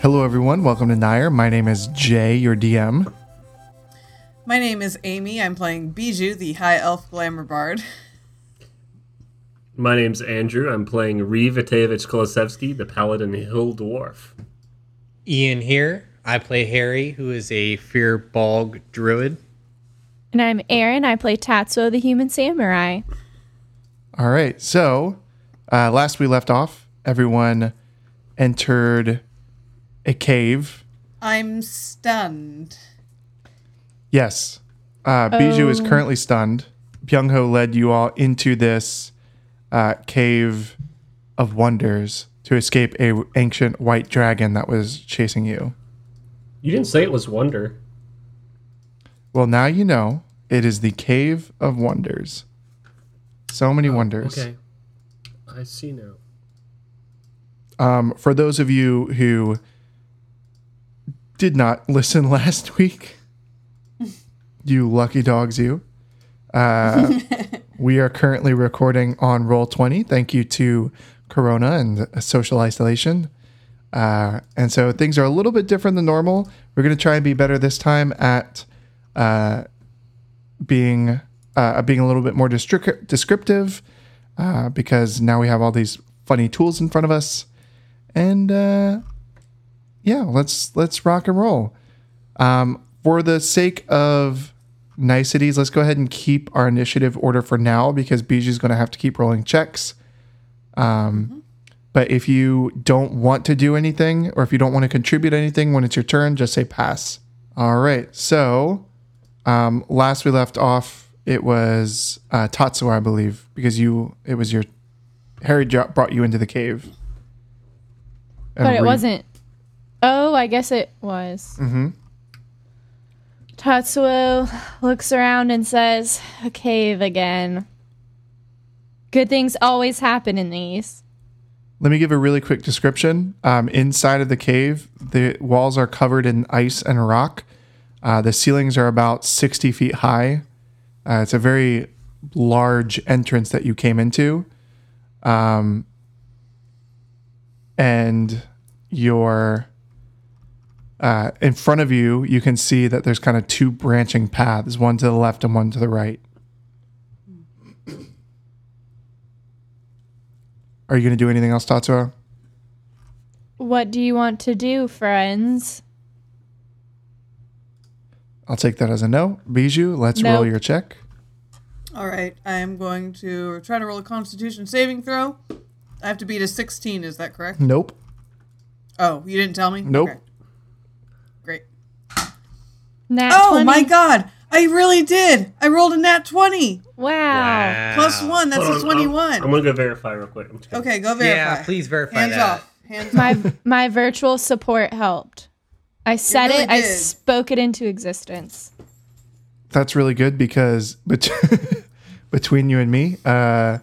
Hello, everyone. Welcome to Nair. My name is Jay, your DM. My name is Amy. I'm playing Bijou, the High Elf Glamour Bard. My name's Andrew. I'm playing Reeve Atevich Kolosevsky, the Paladin Hill Dwarf. Ian here. I play Harry, who is a fear bog druid. And I'm Aaron. I play Tatsuo, the human samurai. All right. So, uh, last we left off, everyone entered a cave. I'm stunned. Yes. Uh, Bijou is currently stunned. Byung Ho led you all into this uh, cave of wonders to escape a ancient white dragon that was chasing you. You didn't say it was Wonder. Well, now you know it is the cave of wonders. So many wonders. Okay. I see now. Um, for those of you who did not listen last week, you lucky dogs, you. Uh, we are currently recording on Roll20. Thank you to Corona and uh, social isolation. Uh, and so things are a little bit different than normal. We're going to try and be better this time at uh, being uh, being a little bit more destric- descriptive uh, because now we have all these funny tools in front of us. And uh, yeah, let's let's rock and roll. Um, for the sake of niceties, let's go ahead and keep our initiative order for now because Bijou's going to have to keep rolling checks. Um, Mm-hmm. But if you don't want to do anything or if you don't want to contribute anything when it's your turn, just say pass. All right. So um, last we left off, it was uh, Tatsuo, I believe, because you it was your Harry jo- brought you into the cave. And But it re- wasn't. Oh, I guess it was. Mm-hmm. Tatsuo looks around and says, A cave again. Good things always happen in these. Let me give a really quick description. Um, inside of the cave, the walls are covered in ice and rock. Uh, the ceilings are about 60 feet high. Uh, it's a very large entrance that you came into. Um, and your uh, in front of you, you can see that there's kind of two branching paths, one to the left and one to the right. Are you going to do anything else, Tatsuo? What do you want to do, friends? I'll take that as a no. Bijou, let's roll Nope. your check. All right, I'm going to try to roll a Constitution saving throw. I have to beat a 16. Is that correct? Nope. Oh, you didn't tell me. Nope. Okay. Great. Nat Oh 20. my God! I really did. I rolled a nat 20 Oh, Wow. Uh, plus one. That's Hold a on, I'm- 21. I'm, gonna go verify real quick. I'm just gonna- okay, go verify. Yeah, please verify Hands that. off. Hands off. My my virtual support helped. I said really it, I did. spoke it into existence. That's really good because bet- between you and me, uh,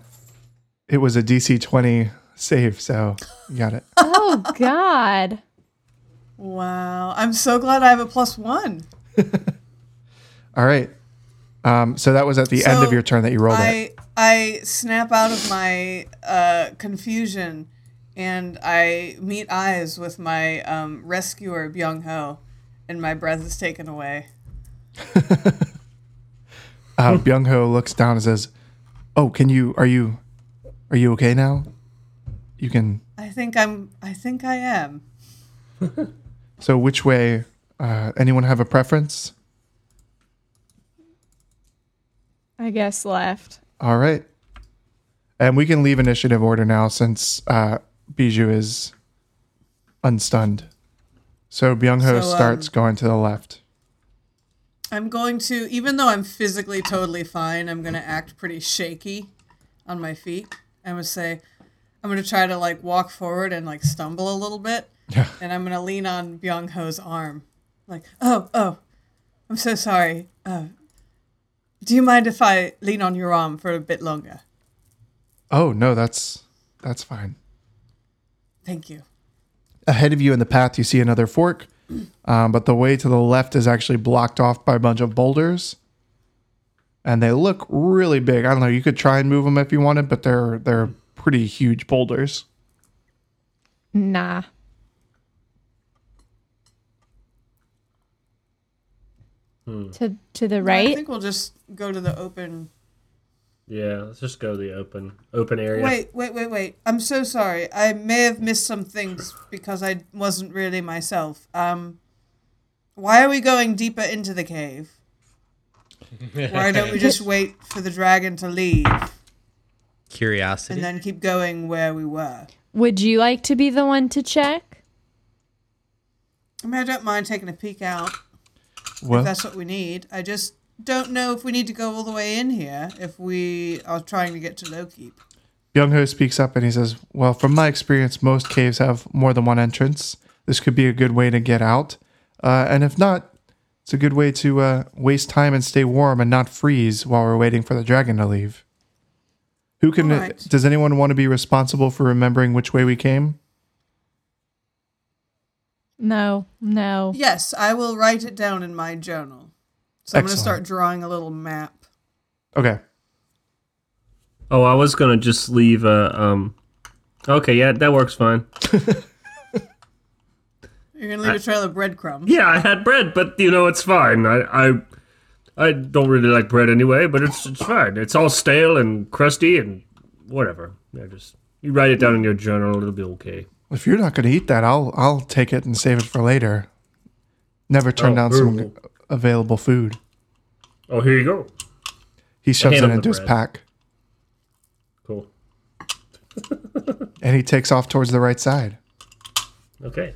it was a DC 20 save. So you got it. Oh god. Wow. I'm so glad I have a plus one. All right. Um, so that was at the end of So your turn that you rolled it. I I snap out of my uh, confusion and I meet eyes with my um, rescuer Byung Ho, and my breath is taken away. Uh, Byung Ho looks down and says, Oh, can you, are you, Are you okay now? You can. I think I'm. I think I am. So, which way? Uh, anyone have a preference? I guess left. All right. And we can leave initiative order now since uh, Bijou is unstunned. So Byung Ho So, um, starts going to the left. I'm going to, even though I'm physically totally fine, I'm going to act pretty shaky on my feet. I would say, I'm going to try to like walk forward and like stumble a little bit. Yeah. And I'm going to lean on Byung Ho's arm. Like, oh, oh, I'm so sorry. Uh, do you mind if I lean on your arm for a bit longer? Oh no, that's that's fine. Thank you. Ahead of you in the path, you see another fork, um, but the way to the left is actually blocked off by a bunch of boulders, and they look really big. I don't know. You could try and move them if you wanted, but they're they're pretty huge boulders. Nah. Hmm. To to the I right. think we'll just go to the open. Yeah, let's just go to the open open area. Wait, wait, wait, wait. I'm so sorry. I may have missed some things because I wasn't really myself. Um, why are we going deeper into the cave? Why don't we just wait for the dragon to leave Curiosity. and then keep going where we were? Would you like to be the one to check? I mean, I don't mind taking a peek out Well, if that's what we need. I just don't know if we need to go all the way in here if we are trying to get to low keep. Young Ho speaks up and he says, Well, from my experience, most caves have more than one entrance. This could be a good way to get out. Uh, and if not, it's a good way to uh, waste time and stay warm and not freeze while we're waiting for the dragon to leave. Who can. All right. Does anyone want to be responsible for remembering which way we came? No, no. Yes, I will write it down in my journal. So I'm Excellent. going to start drawing a little map. Okay. Oh, I was gonna just leave a um. Okay, yeah, that works fine. You're going to leave a trail of breadcrumbs. Yeah, I had bread, but you know it's fine. I I, I don't really like bread anyway, but it's it's fine. It's all stale and crusty and whatever. Yeah, just you write it down in your journal, it'll be okay. If you're not going to eat that, I'll, I'll take it and save it for later. Never turn Oh, down ooh. some available food. Oh, here you go. He shoves it him the into his bread. pack Cool. and he takes off towards the right side. Okay.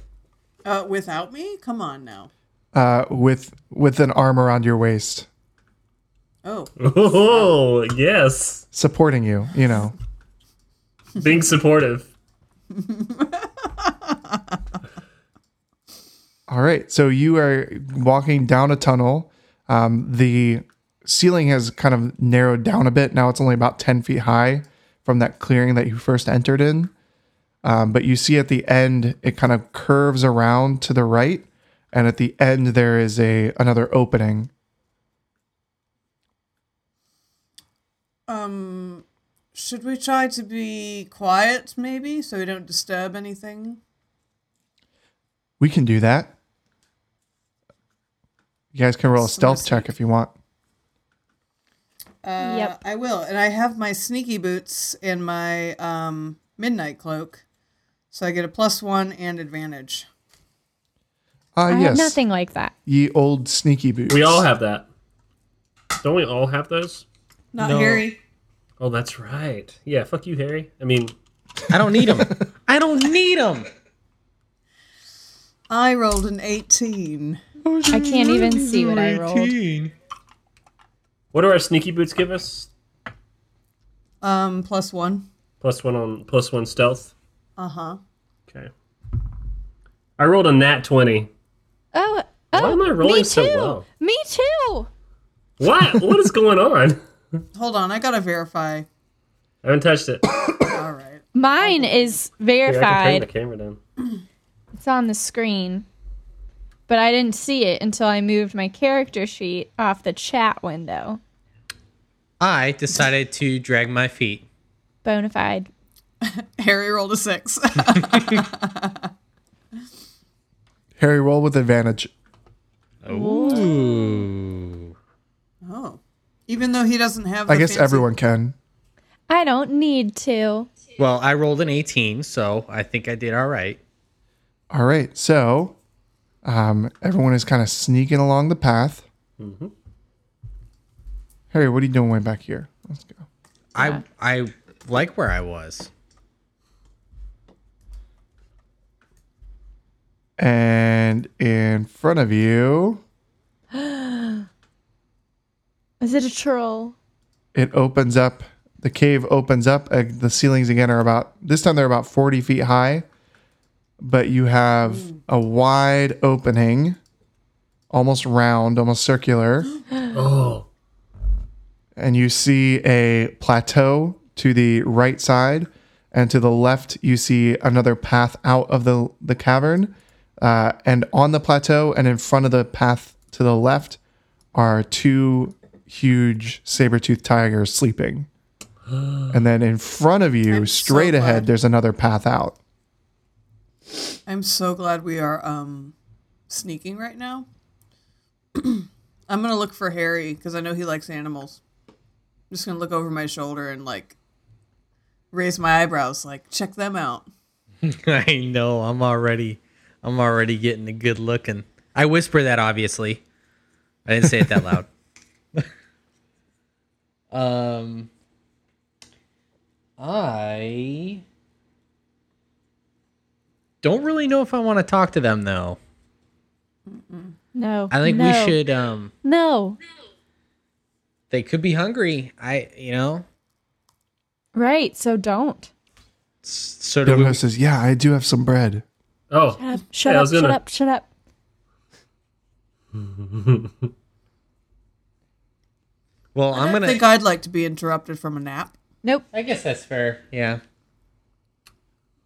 Uh, without me? Come on now. uh, with with an arm around your waist, Oh, Oh yes, supporting you. You know, being supportive. All right. So you are walking down a tunnel. Um, the ceiling has kind of narrowed down a bit. Now it's only about 10 feet high from that clearing that you first entered in. Um, but you see at the end, it kind of curves around to the right. And at the end, there is a another opening. um, should we try to be quiet maybe so we don't disturb anything? We can do that. You guys can roll a stealth check if you want. Uh, Yep. I will. And I have my sneaky boots and my um, midnight cloak. So I get a plus one and advantage. Uh, Ah, I have yes. nothing like that. Ye old sneaky boots. We all have that. Don't we all have those? Not No. Harry. Oh, that's right. Yeah, fuck you, Harry. I mean, I don't need them. I don't need them. I rolled an 18. I can't even see what I rolled. what do our sneaky boots give us? Um, plus one. Plus one on plus one stealth. Uh huh. Okay. I rolled a nat twenty. Oh, oh. Why am I rolling me so too. low? Me too. What? what is going on? Hold on. I got to verify. I haven't touched it. Here, All right. Mine is Oh. I can turn verified. the camera down. It's on the screen. But I didn't see it until I moved my character sheet off the chat window. I decided to drag my feet. Bonafide. Harry rolled a six. Harry, roll with advantage. Ooh. oh. Even though he doesn't have I the guess fancy- everyone can. I don't need to. Well, I rolled an 18, so I think I did all right. All right. So um, everyone is kind of sneaking along the path. Mm-hmm. Harry, what are you doing way back here? Let's go. I I like where I was. And in front of you, Is it a troll? it opens up. The cave opens up. Uh, the ceilings again are about, this time they're about 40 feet high. But you have a wide opening, almost round, almost circular. Oh, and you see a plateau to the right side, and to the left you see another path out of the the cavern. Uh, and on the plateau and in front of the path to the left are two huge saber-toothed tigers sleeping. And then in front of you, I'm so straight ahead, glad. there's another path out. I'm so glad we are um sneaking right now. I'm gonna look for Harry because I know he likes animals. I'm just gonna look over my shoulder and like raise my eyebrows, like check them out. I know. I'm already I'm already getting a good looking. I whisper that obviously. I didn't say it that loud. um I don't really know if I want to talk to them though. No. I think we no, should um No. they could be hungry. I you know. Right. So don't. S- So do Domino we, says, "Yeah, I do have some bread." oh, Shut up. Shut Yeah, I up. was Shut gonna- up. Shut up. well, I'm I going think to I'd like to be interrupted from a nap. Nope. I guess that's fair. Yeah.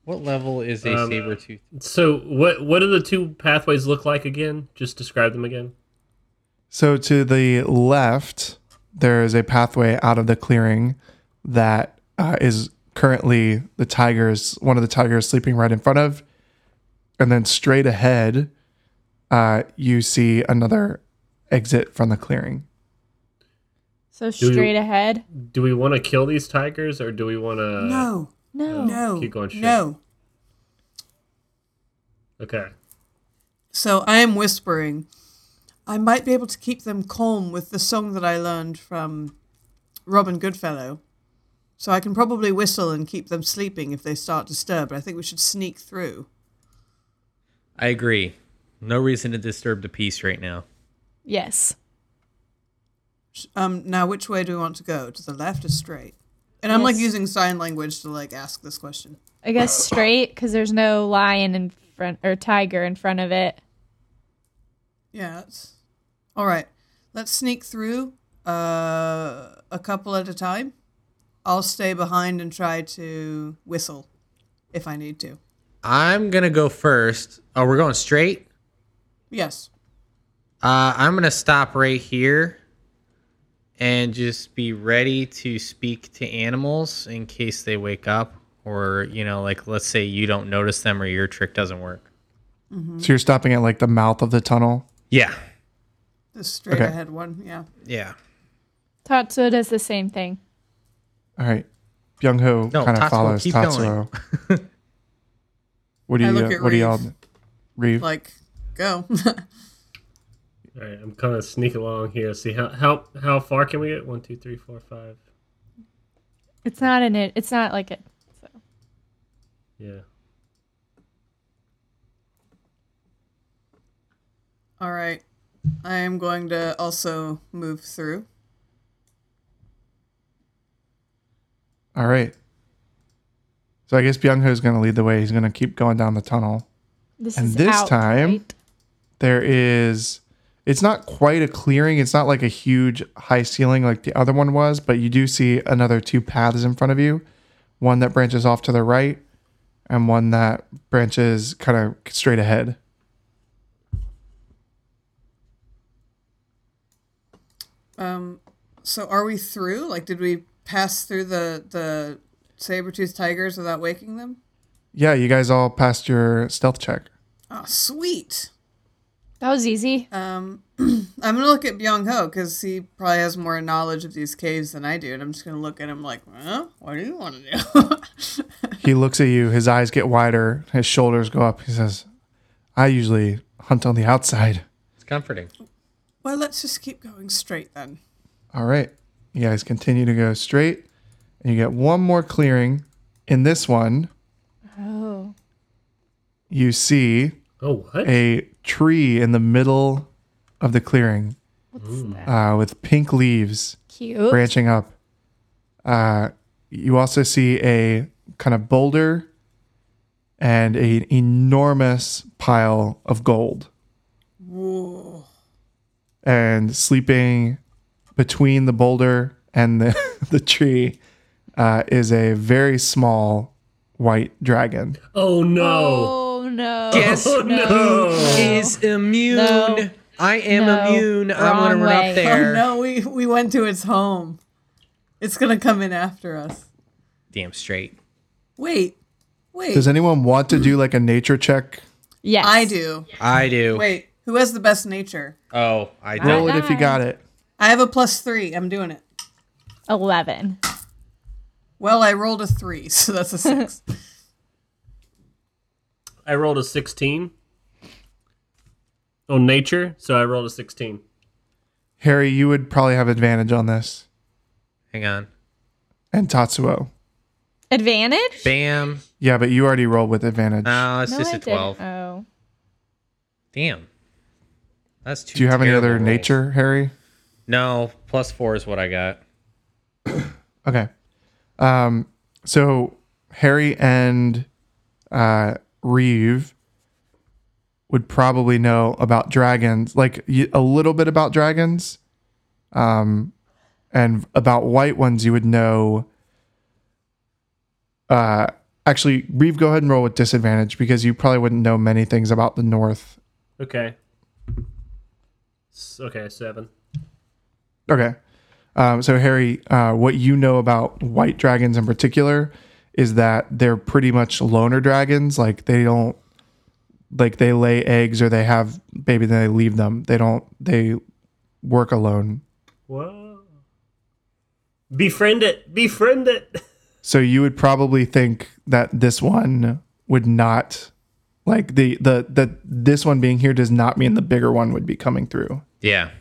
What level is a Um, saber tooth? so what? What do the two pathways look like again? Just describe them again. So to the left, there is a pathway out of the clearing that uh, is currently the tigers, one of the tigers sleeping right in front of. And then straight ahead, uh, you see another exit from the clearing. So you- straight ahead. Do we want to kill these tigers or do we want to? no, No. no, Uh, keep going, shit. no. Okay. So I am whispering. I might be able to keep them calm with the song that I learned from Robin Goodfellow. So I can probably whistle and keep them sleeping if they start disturbed. I think we should sneak through. I agree. No reason to disturb the peace right now. Yes. Sh- Um, now, which way do we want to go? To the left or straight? And I'm like Yes. using sign language to like ask this question. I guess straight because there's no lion in front or tiger in front of it. Yeah. It's... All right. Let's sneak through uh, a couple at a time. I'll stay behind and try to whistle if I need to. I'm gonna go first. Oh, we're going straight. Yes. Uh, I'm gonna stop right here and just be ready to speak to animals in case they wake up, or you know, like let's say you don't notice them or your trick doesn't work. Hmm. So you're stopping at like the mouth of the tunnel. Yeah, The straight Okay. ahead one, yeah. yeah. Tatsuo does the same thing. All right. Byung Ho No, kind Tatsuo, of follows keep Tatsuo. what do I you look uh, at what do Reeve. y'all Reeve? Like, go. All right. I'm kind of sneak along here. See how how how far can we get? One, two, three, four, five. It's not an. it. It's not like it. Yeah. All right. I am going to also move through. All right. So I guess Byung Ho is going to lead the way. He's going to keep going down the tunnel. This And is this out, time- right? there is it's not quite a clearing it's not like a huge high ceiling like the other one was but you do see another two paths in front of you one that branches off to the right and one that branches kind of straight ahead Um, so are we through? Like, did we pass through the the saber-toothed tigers without waking them? yeah you guys all passed your stealth check Oh, Ah, sweet. That was easy. Um, I'm gonna look at Byung Ho because he probably has more knowledge of these caves than I do, and I'm just gonna look at him like, huh? What do you want to do? He looks at you. His eyes get wider. His shoulders go up. He says, "I usually hunt on the outside." It's comforting. well, let's just keep going straight then. All right. You guys continue to go straight, and you get one more clearing. In this one, Oh. you see Oh, what? a tree in the middle of the clearing uh, with pink leaves Cute. branching up. Uh, you also see a kind of boulder and an enormous pile of gold. Whoa. and sleeping between the boulder and the, the tree uh, is a very small white dragon. Oh no! Oh no. Guess no. Is immune. No. I am No. immune. I'm Wrong gonna run way. up there. Oh no, we we went to its home. It's gonna come in after us. Damn straight. Wait, wait. Does anyone want to do like a nature check? Yes. I do. I do. Wait, who has the best nature? Oh, I do. Roll it if you got it. I have a plus three. I'm doing it. Eleven. Well, I rolled a three, so that's a six. I rolled a sixteen. On nature, so I rolled a sixteen. Harry, you would probably have advantage on this, Hang on. and Tatsuo. Advantage? Bam. Yeah, but you already rolled with advantage. No, it's No, just I a twelve. Didn't. Oh. Damn. That's two. do you have any terrible other rolls. nature, Harry? No, plus four is what I got. Okay. Um, so Harry and uh, Reeve would probably know about dragons, like y- a little bit about dragons, um, and about white ones. You would know. Uh, actually, Reeve, go ahead and roll with disadvantage because you probably wouldn't know many things about the North. Okay. S- Okay, seven. Okay. Um, so Harry, uh, what you know about white dragons in particular is that they're pretty much loner dragons. Like they don't, like they lay eggs or they have baby, then they leave them. They don't. They work alone. Whoa. Befriend it. Befriend it. So you would probably think that this one would not, like the the that this one being here does not mean the bigger one would be coming through. Yeah.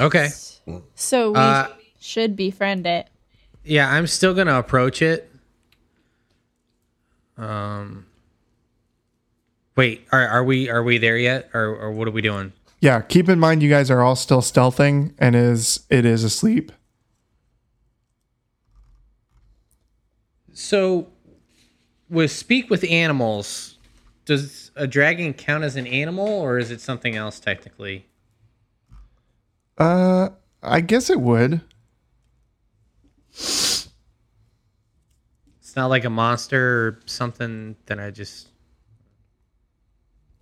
Okay. So we Uh, should befriend it. Yeah, I'm still gonna approach it. Um. Wait, are are we are we there yet, or or what are we doing? Yeah. Keep in mind, you guys are all still stealthing, and is it is asleep. So, with speak with animals, does a dragon count as an animal, or is it something else technically? Uh, I guess it would. It's not like a monster or something that I just.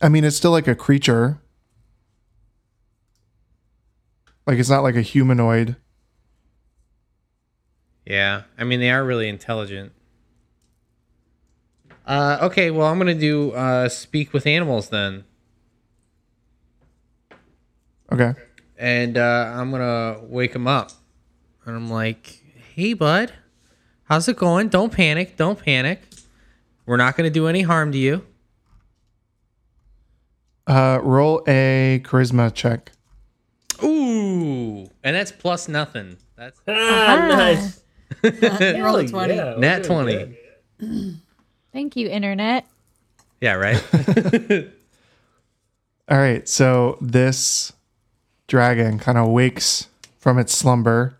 I mean, it's still like a creature. Like it's not like a humanoid. Yeah, I mean they are really intelligent. Uh, okay, well I'm gonna do uh, speak with animals then, Okay. and uh, I'm gonna wake him up, and I'm like, "Hey, bud, how's it going? Don't panic, don't panic. We're not gonna do any harm to you." Uh, roll a charisma check. Ooh, and that's plus nothing. That's Ah, nice. Oh, you rolled a twenty. Yeah, we're nat doing twenty. good. Thank you, internet. Yeah, right. All right. So this dragon kind of wakes from its slumber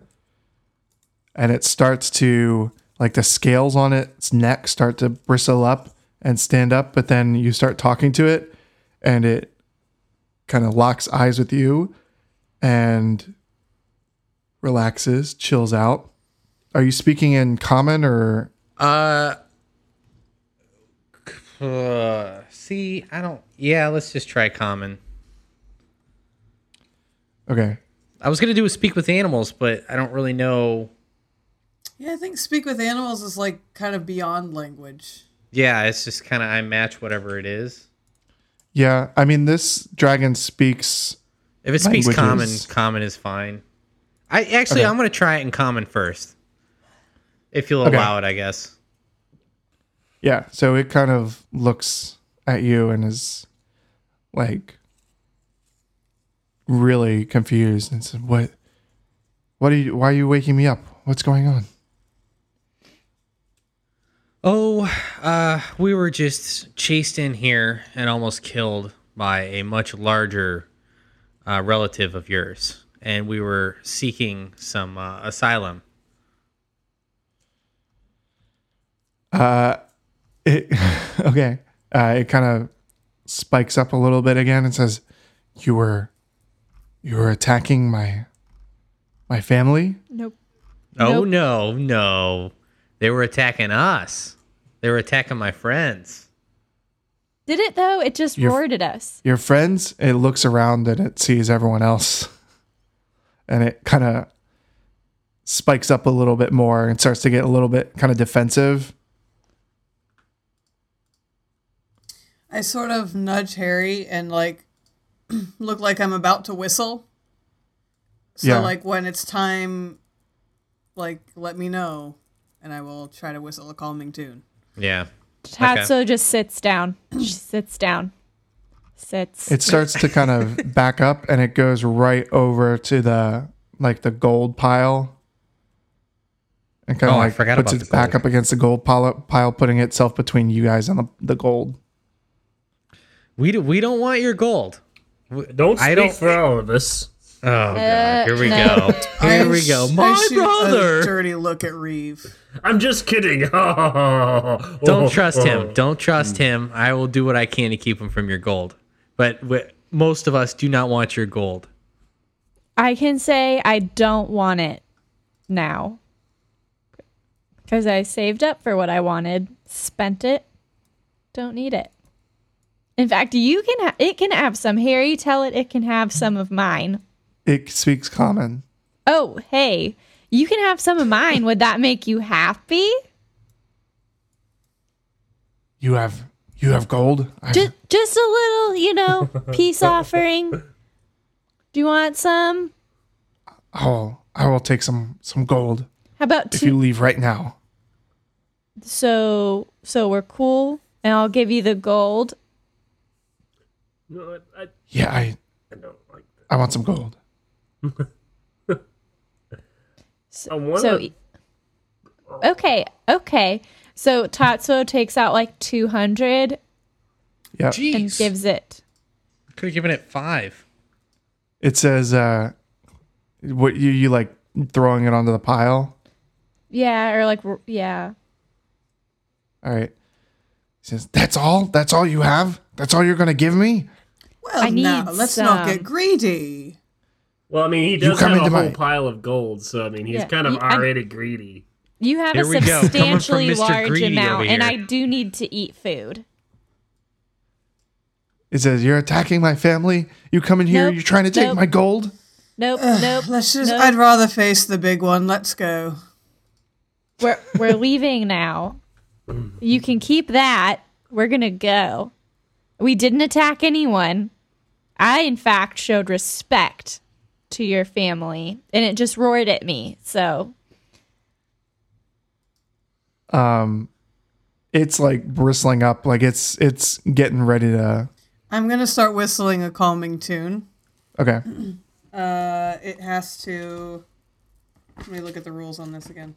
and it starts to, like, the scales on its neck start to bristle up and stand up. But then you start talking to it and it kind of locks eyes with you and relaxes, chills out. Are you speaking in common or Uh, c- uh, see, I don't. Yeah, let's just try common. okay? I was gonna do a speak with animals, but I don't really know. Yeah, I think speak with animals is like kind of beyond language. Yeah, it's just kind of I match whatever it is. Yeah, I mean this dragon speaks. If it speaks common, Languages. common is fine. I actually, Okay. I'm gonna try it in common first, if you'll Okay. allow it. I guess. Yeah, so it kind of looks at you and is like really confused and said, "What? What are you? Why are you waking me up? What's going on?" Oh, uh, we were just chased in here and almost killed by a much larger uh, relative of yours, and we were seeking some uh, asylum. Uh, it okay. Uh, it kind of spikes up a little bit again and says, "You were, you were attacking my, my family." Nope. Oh Nope. no, no! They were attacking us. They were attacking my friends. Did it though? It just You're- roared at us. your friends, it looks around and it sees everyone else. And it kind of spikes up a little bit more and starts to get a little bit kind of defensive. I sort of nudge Harry and like look like I'm about to whistle. So Yeah. like when it's time, like let me know, and I will try to whistle a calming tune. Yeah. Tatsuo just sits down. she sits down. Sits. It starts to kind of back up and it goes right over to the like the gold pile. And kind of Oh, I like forgot puts about its the gold. back up against the gold pile, pile, putting itself between you guys and the, the gold. We do, we don't want your gold. We- Don't I speak don't- for all of us. Oh god, Uh, here we no. go. Here I we go. sh- I My shoot brother. A dirty look at Reeve. I'm just kidding. Don't Don't trust Oh. him. Don't trust him. I will do what I can to keep him from your gold. But w- most of us do not want your gold. I can say I don't want it now. Because I saved up for what I wanted, spent it, don't need it. In fact, you can ha- it can have some. Harry, tell it it can have some of mine. It speaks common. Oh, hey, you can have some of mine. Would that make you happy? You have you have gold. I've- Just, just a little, you know, peace offering. Do you want some? I will I will take some some gold How about if two? you leave right now. so, so we're cool, and I'll give you the gold. No, I, I, Yeah, I I don't like that. I want some gold. I wanna, So, okay, okay. So Tatsuo takes out like 200 Yeah. and gives it. Could have given it five. It says uh what you you like throwing it onto the pile. Yeah, or like, r- yeah. All right. He says, "That's all? That's all you have? That's all you're going to give me?" Well, I need now let's not some. get greedy. well, I mean, he does come have a whole into my- pile of gold, so I mean, he's Yeah, kind of you- I'm- already greedy. You have Here a we go. Coming from substantially Mr. large Greedy amount, over and here. I do need to eat food. It says, "You're attacking my family. You come in here, Nope. you're trying to take Nope. my gold?" Nope, nope. Let's just. nope. I'd rather face the big one. Let's go. we're we're leaving now. You can keep that. We're gonna go. We didn't attack anyone. I, in fact, showed respect to your family, and it just roared at me. So Um it's like bristling up, like it's it's getting ready to I'm gonna start whistling a calming tune. Okay. Uh, it has to. Let me look at the rules on this again.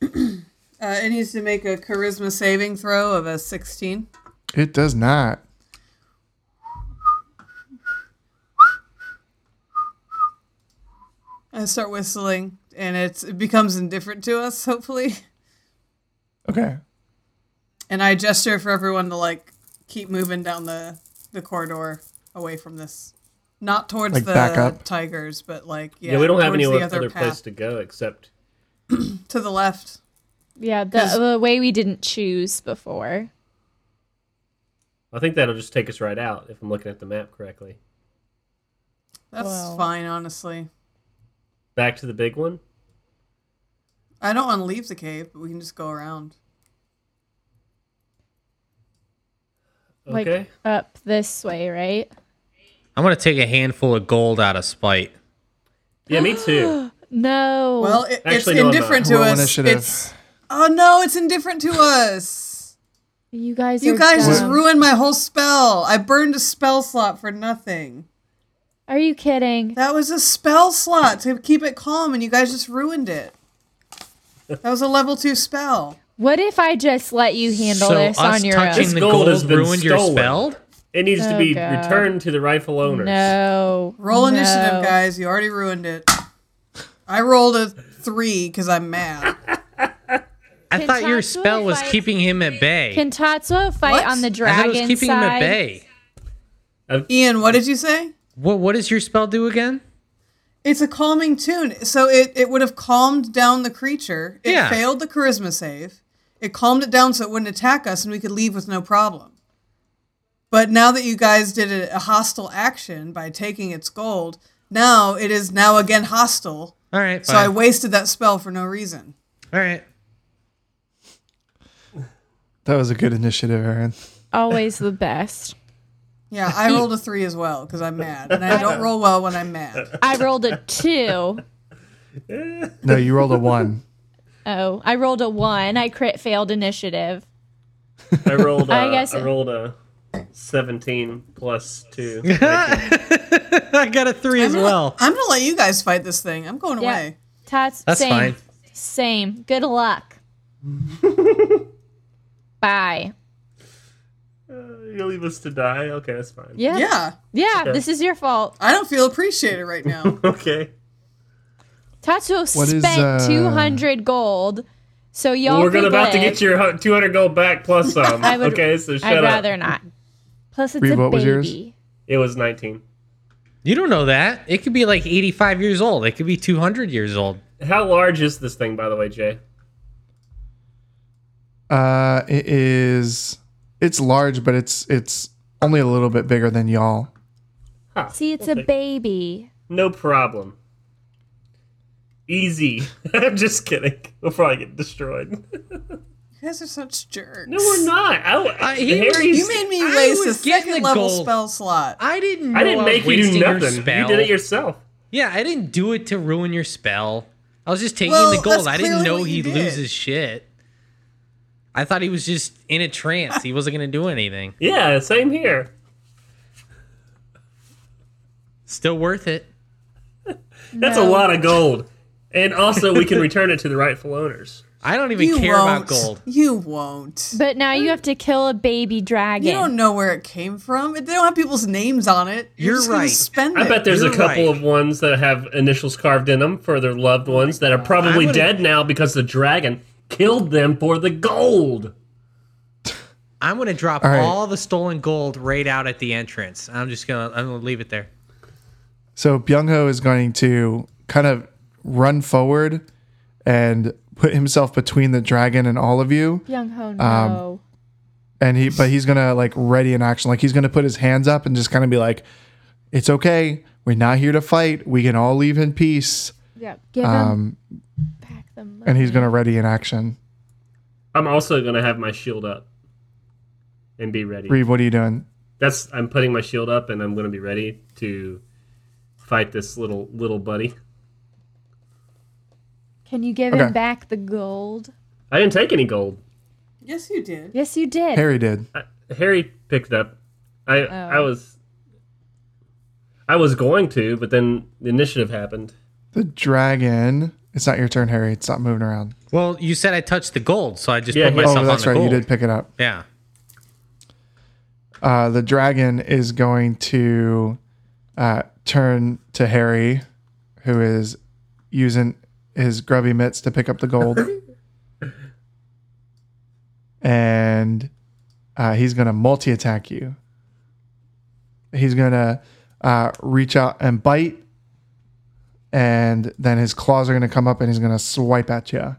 uh, it needs to make a charisma saving throw of a 16. It does not. I start whistling, and it's it becomes indifferent to us, hopefully. Okay. And I gesture for everyone to like keep moving down the the corridor away from this, not towards Like, the back up? tigers, but like yeah, Yeah, we don't have any towards the other, place path, to go except. to the left. yeah, Cause- the, the way we didn't choose before. I think that'll just take us right out if I'm looking at the map correctly. That's Well. fine, honestly. Back to the big one. I don't want to leave the cave, but we can just go around. Like Okay. up this way, right? I'm gonna take a handful of gold out of spite. Yeah, me too. No. Well, it, it's Actually, no, I'm indifferent not. to Roll us. initiative. It's oh no, it's indifferent to us. you guys You are guys just dumb. ruined my whole spell. I burned a spell slot for nothing. Are you kidding? That was a spell slot to keep it calm, and you guys just ruined it. That was a level two spell. What if I just let you handle so this us on your touching own? the Gold gold, has been ruined your stolen. spell. It needs to Oh, be God. returned to the rifle owners. No. Roll no. initiative, guys. You already ruined it. I rolled a three because I'm mad. I Can thought your Tatsuo spell was fight- keeping him at bay. Can Tatsuo fight What? on the I dragon thought it was keeping him side? at bay. Ian, what did you say? What What does your spell do again? It's a calming tune. So it, it would have calmed down the creature. It Yeah. failed the charisma save. It calmed it down so it wouldn't attack us and we could leave with no problem. But now that you guys did a, a hostile action by taking its gold, now it is now again hostile. All right, So I fine. wasted that spell for no reason. All right. That was a good initiative, Aaron. Always the best. Yeah, I rolled a three as well because I'm mad. And I don't roll well when I'm mad. I rolled a two. No, you rolled a one. Oh, I rolled a one. I crit failed initiative. I rolled. A, I I guess- rolled a seventeen plus two. I got a three as I'm gonna- well. I'm going to let you guys fight this thing. I'm going Yeah. away. Tats, That's same. fine. Same. Good luck. Bye. you leave us to die. Okay, that's fine. Yeah. Yeah. Yeah, this is your fault. I don't feel appreciated right now. Okay. Tatsuo What is, spent uh, 200 gold. So y'all Well, we're can gonna about to live. get your two hundred gold back plus some. I would- okay, so shut I'd up. rather not. Plus, it's Reeve, a what baby. was yours? It was nineteen. You don't know that. It could be like 85 years old. It could be 200 years old. How large is this thing, by the way, Jay? Uh, it is. It's large, but it's it's only a little bit bigger than y'all. See, it's a baby. No problem. Easy. I'm just kidding. We'll probably get destroyed. You guys are such jerks. No, we're not. I, Uh, he was- Harry's- You made me I waste a was getting second the level gold. spell slot. I didn't. Know I didn't make was you do wasting your nothing. You spell. did it yourself. Yeah, I didn't do it to ruin your spell. I was just taking Well, the that's gold. I didn't clearly know what you he'd did. lose his shit. I thought he was just in a trance. He wasn't gonna do anything. Yeah, same here. Still worth it. That's a lot of gold. And also, we can return it to the rightful owners. I don't even You care won't. about gold. You won't. But now you have to kill a baby dragon. You don't know where it came from. They don't have people's names on it. You're, You're just Gonna right. spend I it. bet there's You're a couple right. of ones that have initials carved in them for their loved ones that are probably I would've- dead now because the dragon killed them for the gold. I'm gonna drop all, All right. the stolen gold right out at the entrance. I'm just gonna. I'm gonna leave it there. So Byung-ho is going to kind of run forward and put himself between the dragon and all of you. Young Ho, no. And he but he's gonna like ready an action. Like he's gonna put his hands up and just kind of be like, It's okay. We're not here to fight. We can all leave in peace. yeah, give Um him back the money. and he's gonna ready an action. I'm also gonna have my shield up and be ready. Reeve, what are you doing? That's I'm putting my shield up and I'm gonna be ready to fight this little little buddy. Can you give Okay. him back the gold? I didn't take any gold. Yes, you did. Yes, you did. Harry did. I, Harry picked up. I I was I was going to, but then the initiative happened. The dragon. It's not your turn, Harry. Stop moving around. Well, you said I touched the gold, so I just Yeah, put he- myself oh, that's on right. the You gold. did pick it up. Yeah. Uh, the dragon is going to uh, turn to Harry, who is using his grubby mitts to pick up the gold. and uh, he's going to multi attack you. He's going to uh, reach out and bite. And then his claws are going to come up and he's going to swipe at you.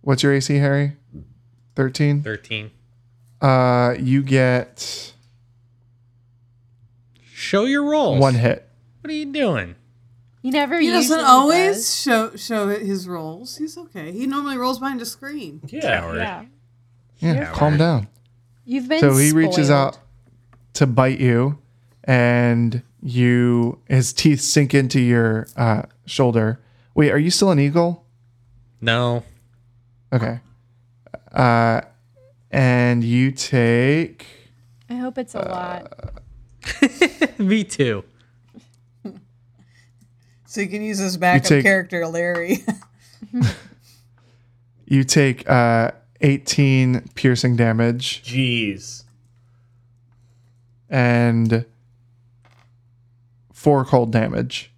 What's your AC, Harry? 13? Thirteen. Uh, you get Show your rolls. one hit. What are you doing? He never He doesn't usually always does. show show his rolls. He's okay. He normally rolls behind a screen. Yeah. Yeah. Yeah, Yeah, calm right. down. You've been So he reaches spoiled. out to bite you, and you his teeth sink into your uh, shoulder. Wait, are you still an eagle? No. Okay. Uh, and you take I hope it's a Uh, lot. Me too. So you can use his backup take- character, Larry. you take uh, eighteen piercing damage, Jeez. and four cold damage.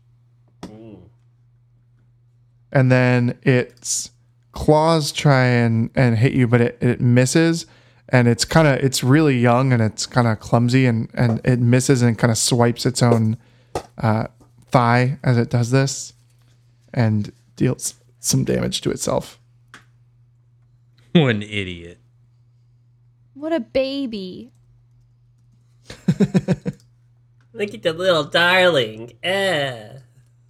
And then its claws try and, and hit you, but it, it misses. And it's kind of, it's really young and it's kind of clumsy and, and it misses and kind of swipes its own uh, thigh as it does this and deals some damage to itself. What an idiot. What a baby. Look at the little darling. Eh.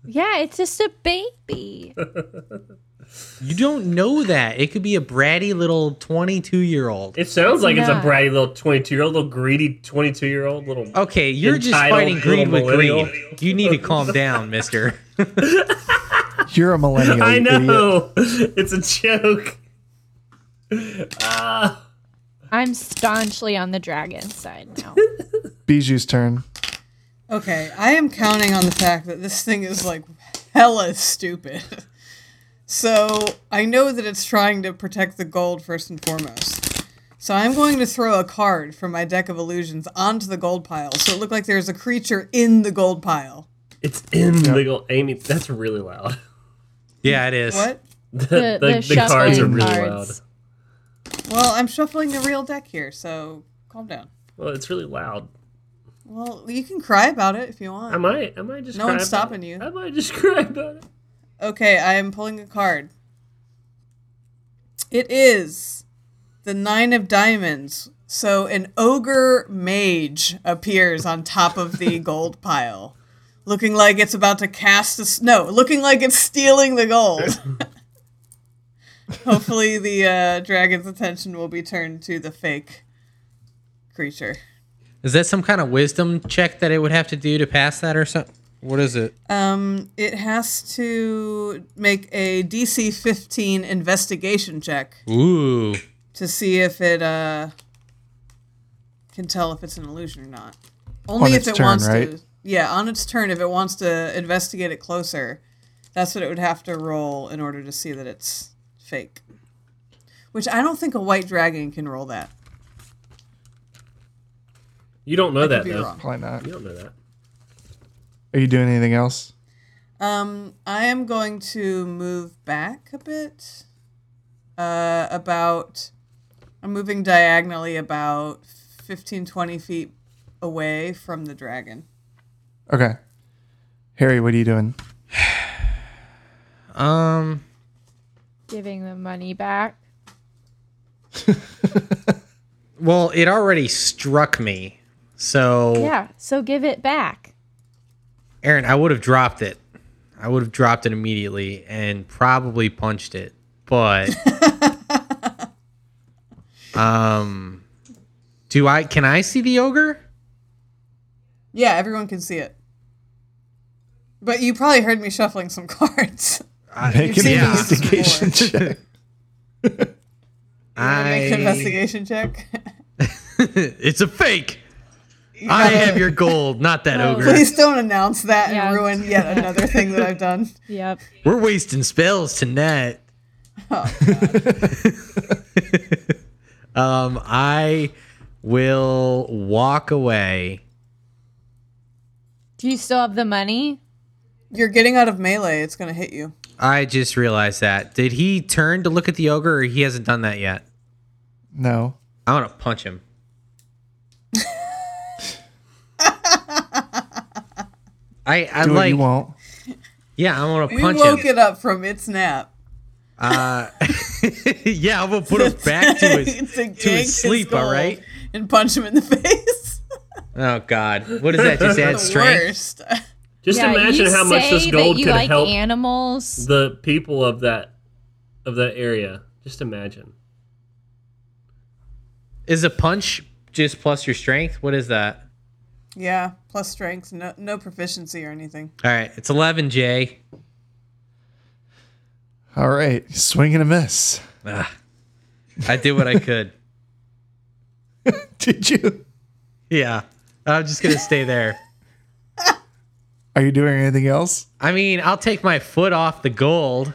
Yeah, it's just a baby. You don't know that. It could be a bratty little 22 year old. It sounds like it's not. a bratty little 22 year old, little greedy 22 year old little. Okay, you're just Entitled fighting greed little with greed. millennial. You need to calm down, mister. You're a millennial. I you idiot. know. It's a joke. I'm staunchly on the dragon side now. Biju's turn. Okay, I am counting on the fact that this thing is like hella stupid. So I know that it's trying to protect the gold first and foremost. So I'm going to throw a card from my deck of illusions onto the gold pile. So it looked like there's a creature in the gold pile. It's in the little Amy. That's really loud. Yeah, it is. What? The, The- the cards are really loud. Well, I'm shuffling the real deck here, so calm down. Well, it's really loud. Well, you can cry about it if you want. I might. I might just. No cry one's about stopping it. you. I might just cry about it. Okay, I am pulling a card. It is the Nine of Diamonds. So an ogre mage appears on top of the gold pile, looking like it's about to cast a s- no, looking like it's stealing the gold. Hopefully, the uh, dragon's attention will be turned to the fake creature. Is that some kind of wisdom check that it would have to do to pass that or something? What is it? Um, it has to make a DC 15 investigation check. Ooh. to see if it uh can tell if it's an illusion or not. On Only if its it turn, wants right? to. Yeah, on its turn, if it wants to investigate it closer, that's what it would have to roll in order to see that it's fake. Which I don't think a white dragon can roll that. You don't know I that could be though. wrong. Probably not. You don't know that. Are you doing anything else? Um, I am going to move back a bit. Uh, about I'm moving diagonally about 15, 20 feet away from the dragon. Okay. Harry, what are you doing? Um, Giving the money back. well, it already struck me. So, Yeah, so give it back. Aaron, I would have dropped it. I would have dropped it immediately and probably punched it. But um do I can I see the ogre? Yeah, everyone can see it. But you probably heard me shuffling some cards. Make an seen this investigation check. Make an I, investigation check. it's a fake. I have your gold, not that Oh. ogre. Please don't announce that Yeah. and ruin yet another thing that I've done. Yep. We're wasting spells tonight. Oh, um, I will walk away. Do you still have the money? You're getting out of melee, it's gonna hit you. I just realized that. Did he turn to look at the ogre, or he hasn't done that yet? No. I want to punch him. I I Do what like you want. yeah. I want to We punch woke him. it up from its nap. Uh, yeah, I'm gonna put him back to his To to yank his sleep. All gold right. And punch him in the face. Oh God, what does that just add The strength? worst. Just yeah, imagine you how much this say gold that you could like help animals. the people of that of that area. Just imagine. Is a punch just plus your strength? What is that? Yeah, plus strength, no, no proficiency or anything. All right, it's 11, Jay. All right, swing and a miss. Ugh. I did what I could. Did you? yeah, I'm just gonna stay there. Are you doing anything else? I mean, I'll take my foot off the gold,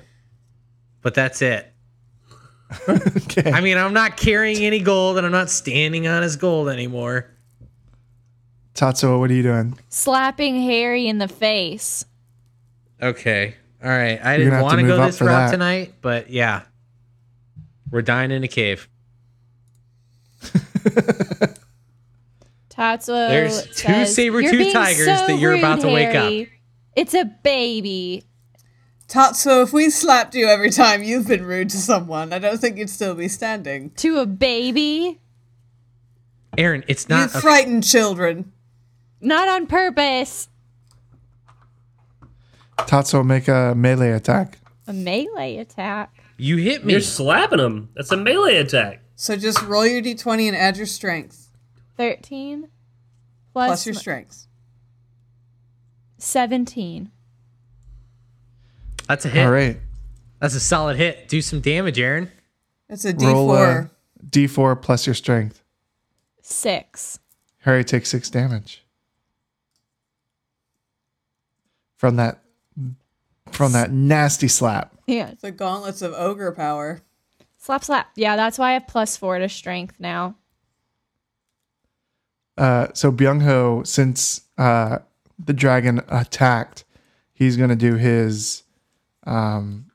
but that's it. Okay. I mean, I'm not carrying any gold and I'm not standing on his gold anymore. Tatsuo, what are you doing? Slapping Harry in the face. Okay. All right. I You're gonna didn't have want to to move go up this for route that. tonight, but yeah. We're dying in a cave. Tatsuo. There's two says, saber-tooth "You're being tigers so that you're rude, about to wake up." Harry. It's a baby. Tatsu, if we slapped you every time you've been rude to someone, I don't think you'd still be standing. To a baby? Aaron, it's You not a frighten children. Not on purpose. Tatsuo, make a melee attack. A melee attack. You hit me. You're slapping him. That's a melee attack. So just roll your d20 and add your strength, 13 plus, plus, plus your my- strength. 17. That's a hit. All right, That's a solid hit. Do some damage, Aaron. That's a d4. roll uh, a d4 plus your strength. 6. Harry takes six damage from that from that nasty slap. Yeah. the gauntlets of ogre power. Slap, slap. Yeah, that's why I have plus 4 to strength now. Uh, so Byung Ho, since uh, the dragon attacked, he's gonna do his um,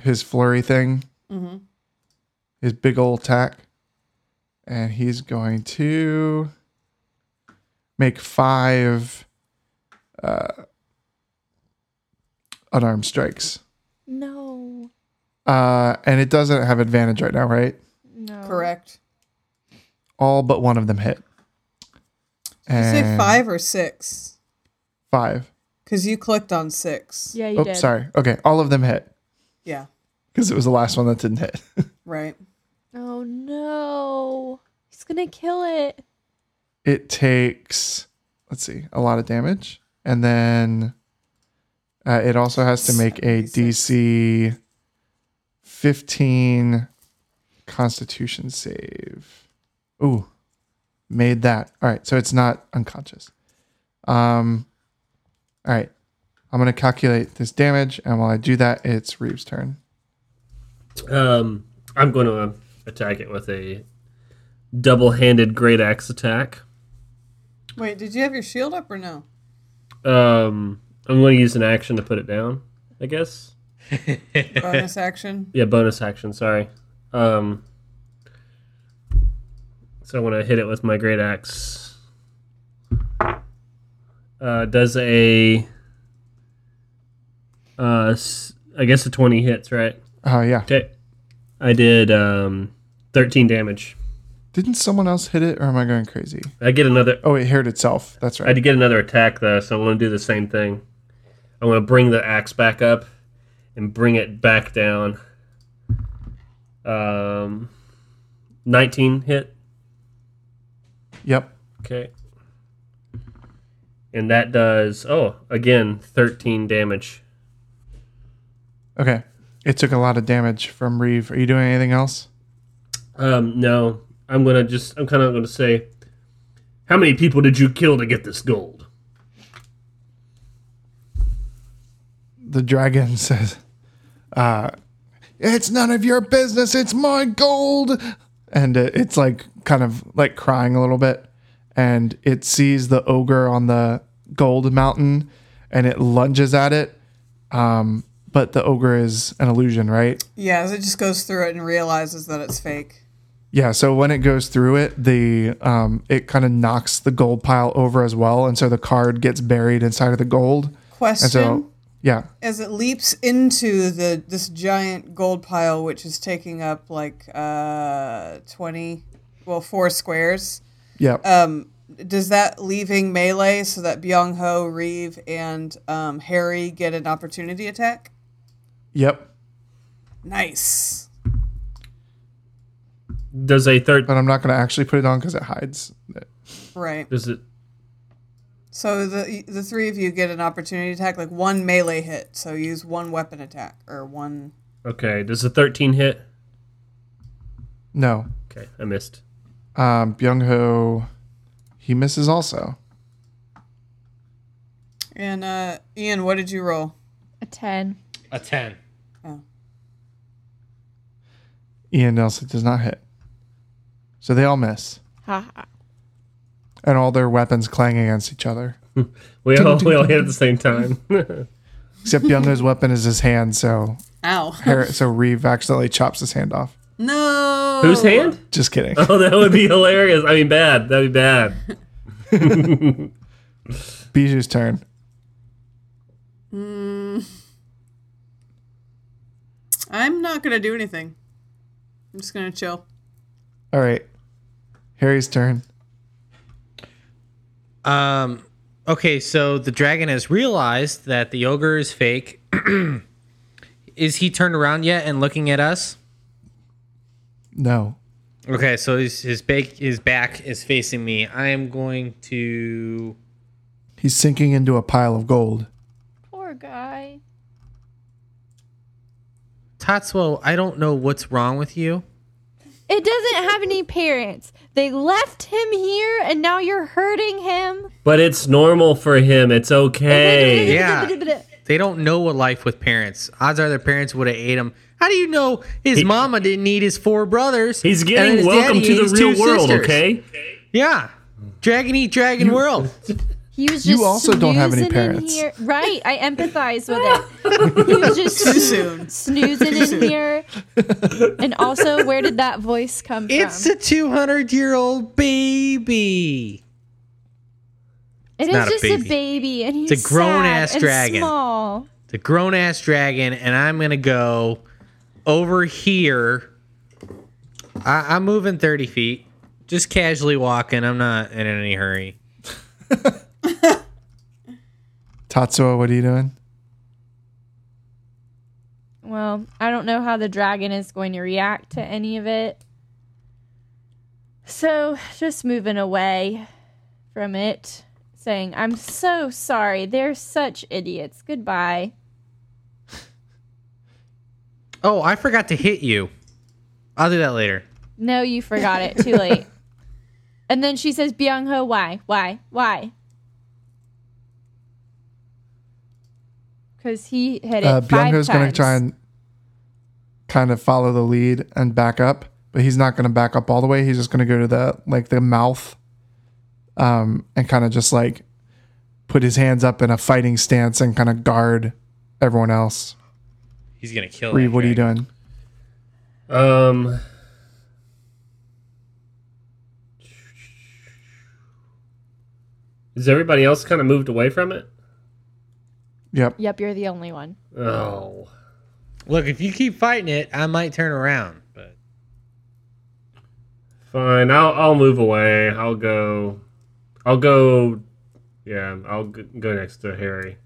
his flurry thing, Mm-hmm. his big old attack, and he's going to make five uh, unarmed strikes. No. Uh, and it doesn't have advantage right now, right? No. Correct. All but one of them hit. Did you say And five or six? Five. Because you clicked on six. Yeah, you Oh, did. sorry. Okay, all of them hit Yeah, because it was the last one that didn't hit. right. Oh no. He's going to kill it. it takes, let's see, a lot of damage, and then uh, it also has to make a DC 15 Constitution save. Ooh, made that. All right, so it's not unconscious. Um, all right, I'm gonna calculate this damage, and while I do that, it's Reeves' turn. Um, I'm going to um, attack it with a double-handed great axe attack. Wait, did you have your shield up or no? Um, I'm going to use an action to put it down. I guess. Bonus action. Yeah, bonus action. Sorry. Um, so when I hit it with my great axe, uh, does a uh, s- I guess a twenty hits, right? Oh yeah, Okay, I did um, thirteen damage. didn't someone else hit it, or am I going crazy? I get another. Oh, it hit itself. That's I right. had to get another attack though, so I'm going to do the same thing. I'm going to bring the axe back up and bring it back down. Um, 19 hit. Yep. Okay. And that does, oh, again, 13 damage. Okay. It took a lot of damage from Reeve. Are you doing anything else? Um, no, I'm going to just, I'm kind of going to say, how many people did you kill to get this gold? The dragon says, uh, It's none of your business. It's my gold. And uh, it's like kind of like crying a little bit. And it sees the ogre on the gold mountain and it lunges at it. Um, but the ogre is an illusion, right? Yeah, as it just goes through it and realizes that it's fake. Yeah, so when it goes through it, the um, it kind of knocks the gold pile over as well, and so the card gets buried inside of the gold. Question. And so, yeah, as it leaps into the this giant gold pile which is taking up like uh 20 well four squares yeah. Um, does that leaving melee so that byung ho reeve and um, harry get an opportunity attack Yep. nice Does a third but I'm not going to actually put it on because it hides. it. Right. does it So the the three of you get an opportunity attack, like one melee hit. So use one weapon attack or one. okay, does a thirteen hit? No, Okay, I missed. um, Byung Ho, he misses also. And uh, Ian, what did you roll? A 10. A 10. Ian Nelson does not hit, so they all miss, Ha ha. and all their weapons clang against each other. We all we all hit at the same time. Except Byung Ho's weapon is his hand, so Ow! Har- so Reeve accidentally chops his hand off. no. Whose hand? Just kidding. Oh, that would be hilarious. I mean, bad. That'd be bad. Biju's turn. I'm not gonna do anything. I'm just gonna chill. All right, Harry's turn. Um, okay, so the dragon has realized that the ogre is fake. is he turned around yet and looking at us? No, Okay, so his his back his back is facing me. I am going to he's sinking into a pile of gold. Poor guy. Tatsuo. I don't know what's wrong with you. It doesn't have any parents. They left him here and now you're hurting him. But it's normal for him. It's okay. Yeah. They don't know a life with parents. Odds are their parents would have ate him. How do you know his mama didn't eat his four brothers? He's and getting his welcome daddy to ate his the two real world, sisters? okay? Yeah. Dragon eat dragon world. He was You just also don't have any snoozing in parents. here- Right. I empathize with it. He was just Too soon. snoozing in here. And also, where did that voice come It's from? a 200 year old baby. It not is a just baby. a baby, and he's a grown-ass sad and dragon. Small. The grown ass dragon, and I'm going to go over here. I- I'm moving 30 feet, just casually walking. I'm not in any hurry. Tatsuo, what are you doing? Well, I don't know how the dragon is going to react to any of it. So, just moving away from it, saying, I'm so sorry. They're such idiots. Goodbye. Oh, I forgot to hit you. I'll do that later. No, you forgot it. Too late. and then she says, Byung Ho, why? Why? Why? Because he hit it. Uh, five Byung-ho's going times. to try and kind of follow the lead and back up, but he's not going to back up all the way. He's just going to go to the like the mouth, um, and kind of just like put his hands up in a fighting stance and kind of guard everyone else. He's going to kill Reeve, that what are you dragon. doing? Um. Is everybody else kind of moved away from it? Yep. Yep, you're the only one. Oh. Look, if you keep fighting it, I might turn around. But Fine, I'll I'll move away. I'll go. I'll go. Yeah, I'll g- go next to Harry.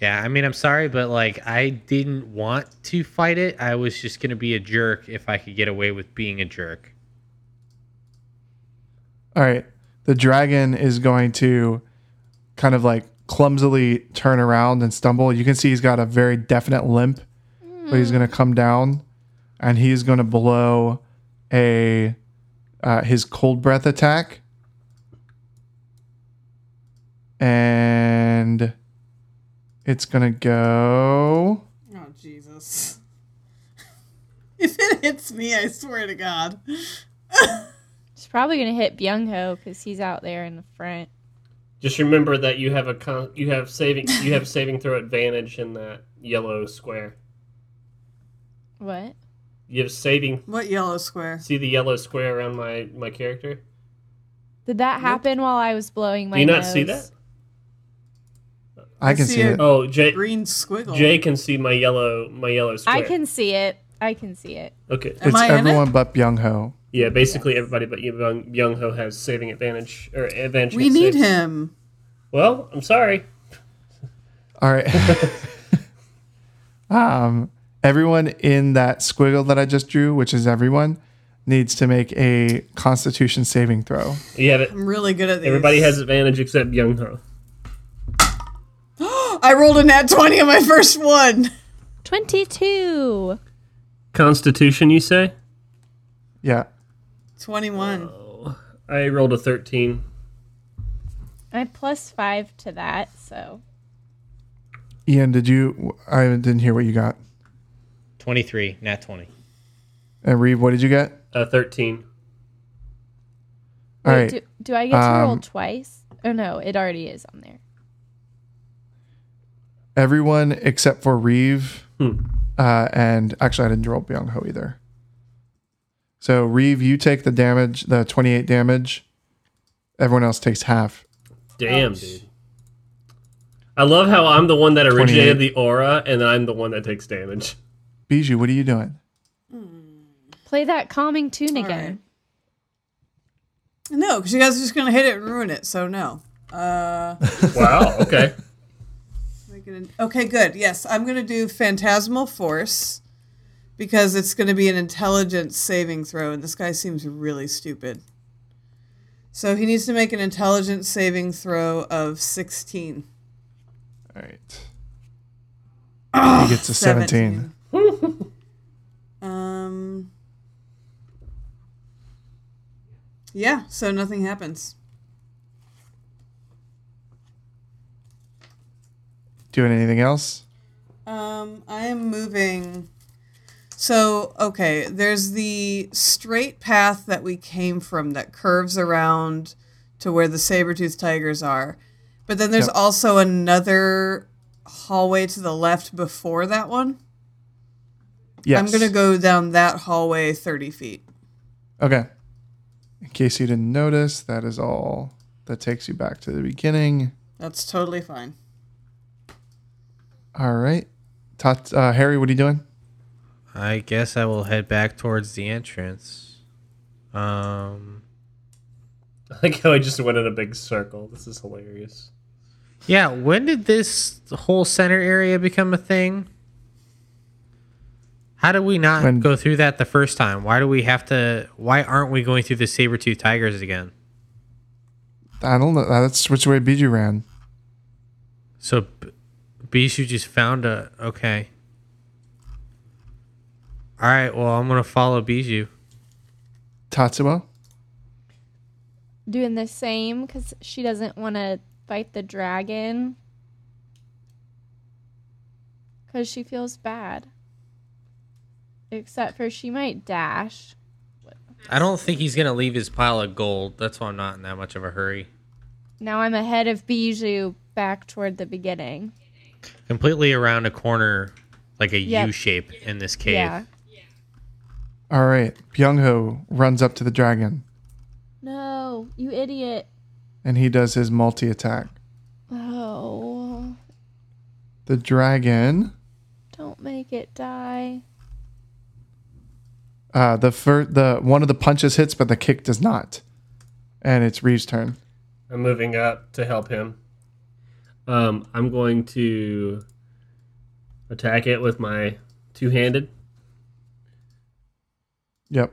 yeah, I mean, I'm sorry, but like, I didn't want to fight it. I was just going to be a jerk if I could get away with being a jerk. All right. The dragon is going to kind of like clumsily turn around and stumble. You can see he's got a very definite limp, but Hmm. he's going to come down and he's going to blow a uh, his cold breath attack. And it's going to go Oh Jesus! if it hits me, I swear to God. She's probably gonna hit Byung Ho because he's out there in the front. Just remember that you have a con- you have saving you have saving throw advantage in that yellow square. What? You have saving. What yellow square? See the yellow square around my my character. Did that happen while I was blowing my? Do you not see nose? that? I, I can see see it. it. Oh, Jay Green squiggle. Jay can see my yellow my yellow square. I can see it. I can see it. Okay. Am it's I in it? everyone but Byung Ho. Yeah, basically everybody but Young Young Ho has saving advantage or advantage. We against need saves. him. Well, I'm sorry. All right. um, Everyone in that squiggle that I just drew, which is everyone, needs to make a Constitution saving throw. Yeah, but I'm really good at these. everybody has advantage except Young Ho. I rolled a nat 20 on my first one. 22. Constitution, you say? Yeah. 21. I rolled a 13. I have plus five to that, so Ian, did you? I didn't hear what you got. 23, not 20. And Reeve, what did you get? A 13. All Wait, right. do, do I get to roll um, twice? Oh no, it already is on there. Everyone except for Reeve. Hmm. Uh, and actually, I didn't roll Byung Ho either. So, Reeve, you take the damage, the 28 damage. Everyone else takes half. Damn, dude. I love how I'm the one that originated the aura, and then I'm the one that takes damage. Bijou, what are you doing? Play that calming tune All again. No, because you guys are just going to hit it and ruin it, so no. Uh, Wow. Okay. make it an- okay, good. Yes, I'm going to do Phantasmal Force because it's going to be an intelligence saving throw, and this guy seems really stupid. So he needs to make an intelligence saving throw of 16. All right. he gets a 17. Um. Yeah, so nothing happens. Doing anything else? Um, I am moving. So, okay, there's the straight path that we came from that curves around to where the saber-toothed tigers are. But then there's also another hallway to the left before that one. Yes. I'm going to go down that hallway 30 feet. Okay. In case you didn't notice, that is all that takes you back to the beginning. That's totally fine. All right. Tot, uh, Harry, what are you doing? I guess I will head back towards the entrance. Um, I like how I just went in a big circle. This is hilarious. yeah, when did this whole center area become a thing? How did we not When- go through that the first time? Why do we have to? Why aren't we going through the saber tooth tigers again? I don't know. Uh, That's which way Bijou ran. So, B- Bijou just found a. Okay. All right. Well, I'm gonna follow Bijou. Tatsuo? Doing the same because she doesn't want to fight the dragon because she feels bad. Except for she might dash. I don't think he's gonna leave his pile of gold. That's why I'm not in that much of a hurry. Now I'm ahead of Bijou back toward the beginning. Completely around a corner, like a U Yep. shape in this cave. Yeah. All right. Byung Ho runs up to the dragon No, you idiot. and he does his multi attack. Oh, The dragon, don't make it die. uh, the fir- the one of the punches hits, but the kick does not. And it's Reeve's turn. I'm moving up to help him. Um, I'm going to attack it with my two-handed. Yep.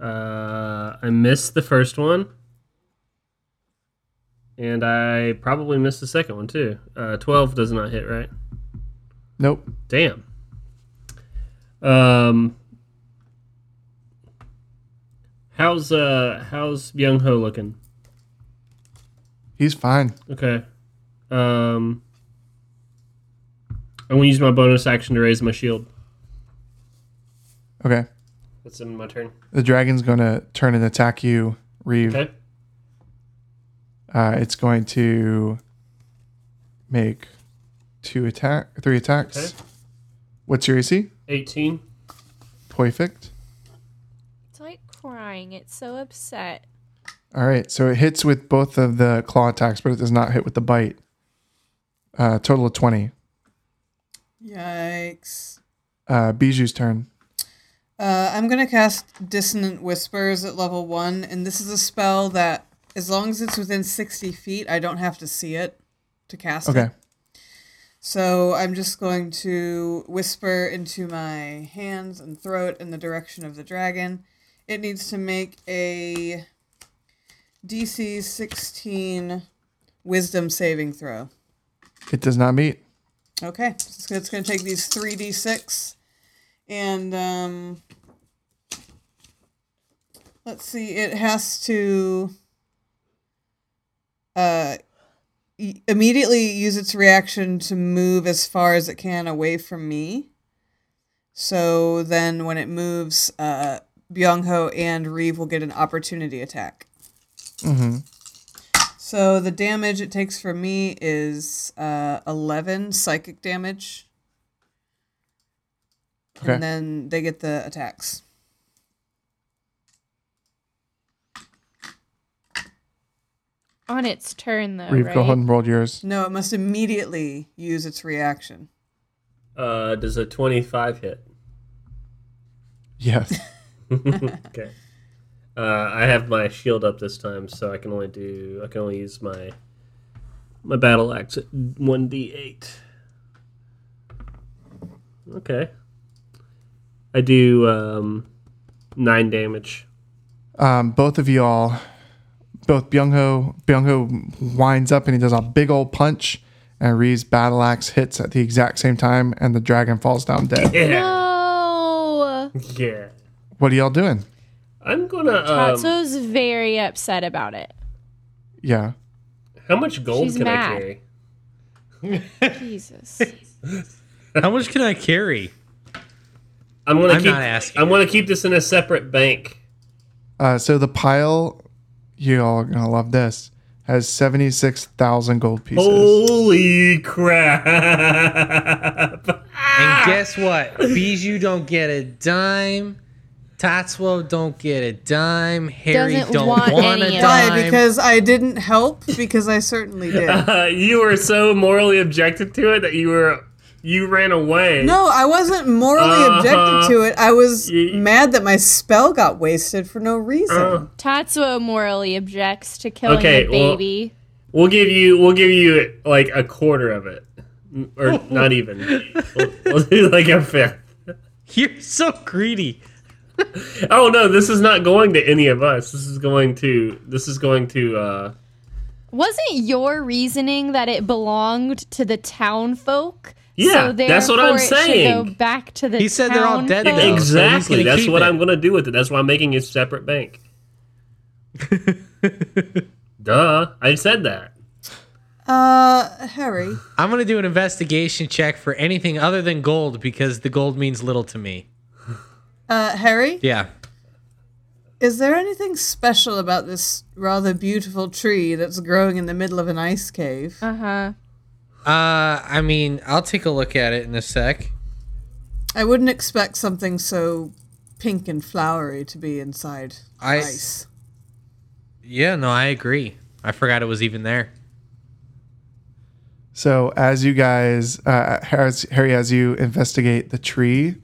Uh, I missed the first one, and I probably missed the second one too. Uh, Twelve does not hit, right? Nope. Damn. Um. How's uh how's Young Ho looking? He's fine. Okay. Um. I'm gonna use my bonus action to raise my shield. Okay. That's in my turn. The dragon's going to turn and attack you, Reeve. Okay. Uh, it's going to make two attack, three attacks. Okay. What's your AC? Eighteen. Perfect. It's like crying. It's so upset. All right, so it hits with both of the claw attacks, but it does not hit with the bite. Uh, total of twenty. Yikes. Uh, Bijou's turn. Uh, I'm going to cast Dissonant Whispers at level one, and this is a spell that, as long as it's within 60 feet, I don't have to see it to cast Okay, it. So I'm just going to whisper into my hands and throat in the direction of the dragon. It needs to make a DC 16 wisdom saving throw. It does not meet. Okay, so it's, gonna- it's going to take these 3d6 and um, let's see, it has to uh, i- immediately use its reaction to move as far as it can away from me. So then when it moves, uh, Byung Ho and Reeve will get an opportunity attack. Mm-hmm. So the damage it takes from me is uh, 11 psychic damage. Okay. And then they get the attacks. On its turn, though, Reeve, right? go ahead and roll yours. No, it must immediately use its reaction. Uh, does a 25 hit? Yes. Okay. Uh, I have my shield up this time, so I can only do. I can only use my my battle axe at one d eight. Okay. I do um, nine damage. um, both of y'all, both Byung-ho, Byung-ho winds up and he does a big old punch, and Reeve's battle axe hits at the exact same time, and the dragon falls down dead. Yeah. No. Yeah. What are y'all doing? I'm gonna. Um, Tatsu's very upset about it. Yeah, how much gold She's can I mad. carry? Jesus. How much can I carry? I'm gonna I'm keep. not asking. I'm gonna keep this in a separate bank. Uh, so the pile, you all are gonna love this, has seventy six thousand gold pieces. Holy crap! Ah! And guess what? Bijou don't get a dime. Tatsuo don't get a dime. Harry Doesn't don't want want, a any of it. Why? dime. Why? Because I didn't help? Because I certainly did. Uh, you were so morally objected to it that you were you ran away. No, I wasn't morally Uh-huh. objected to it. I was Ye- mad that my spell got wasted for no reason. Tatsuo morally objects to killing Okay, the well- baby. We'll give you we'll give you like a quarter of it, Mm, or not even. We'll, we'll do like a fifth. You're so greedy. Oh no, this is not going to any of us. This is going to this is going to. uh Wasn't your reasoning that it belonged to the town folk? Yeah, so that's what I'm therefore it should Go saying. back to the He said they're all town dead, folk? though. so he's Exactly. gonna That's keep what it. I'm going to do with it. That's why I'm making a separate bank. Duh. I said that. Uh-huh. Uh, Harry. I'm gonna do an investigation check for anything other than gold because the gold means little to me. Uh, Harry? Yeah. Is there anything special about this rather beautiful tree that's growing in the middle of an ice cave? Uh-huh. Uh, I mean, I'll take a look at it in a sec. I wouldn't expect something so pink and flowery to be inside I- ice. Yeah, no, I agree. I forgot it was even there. So as you guys, uh, as, Harry, as you investigate the tree,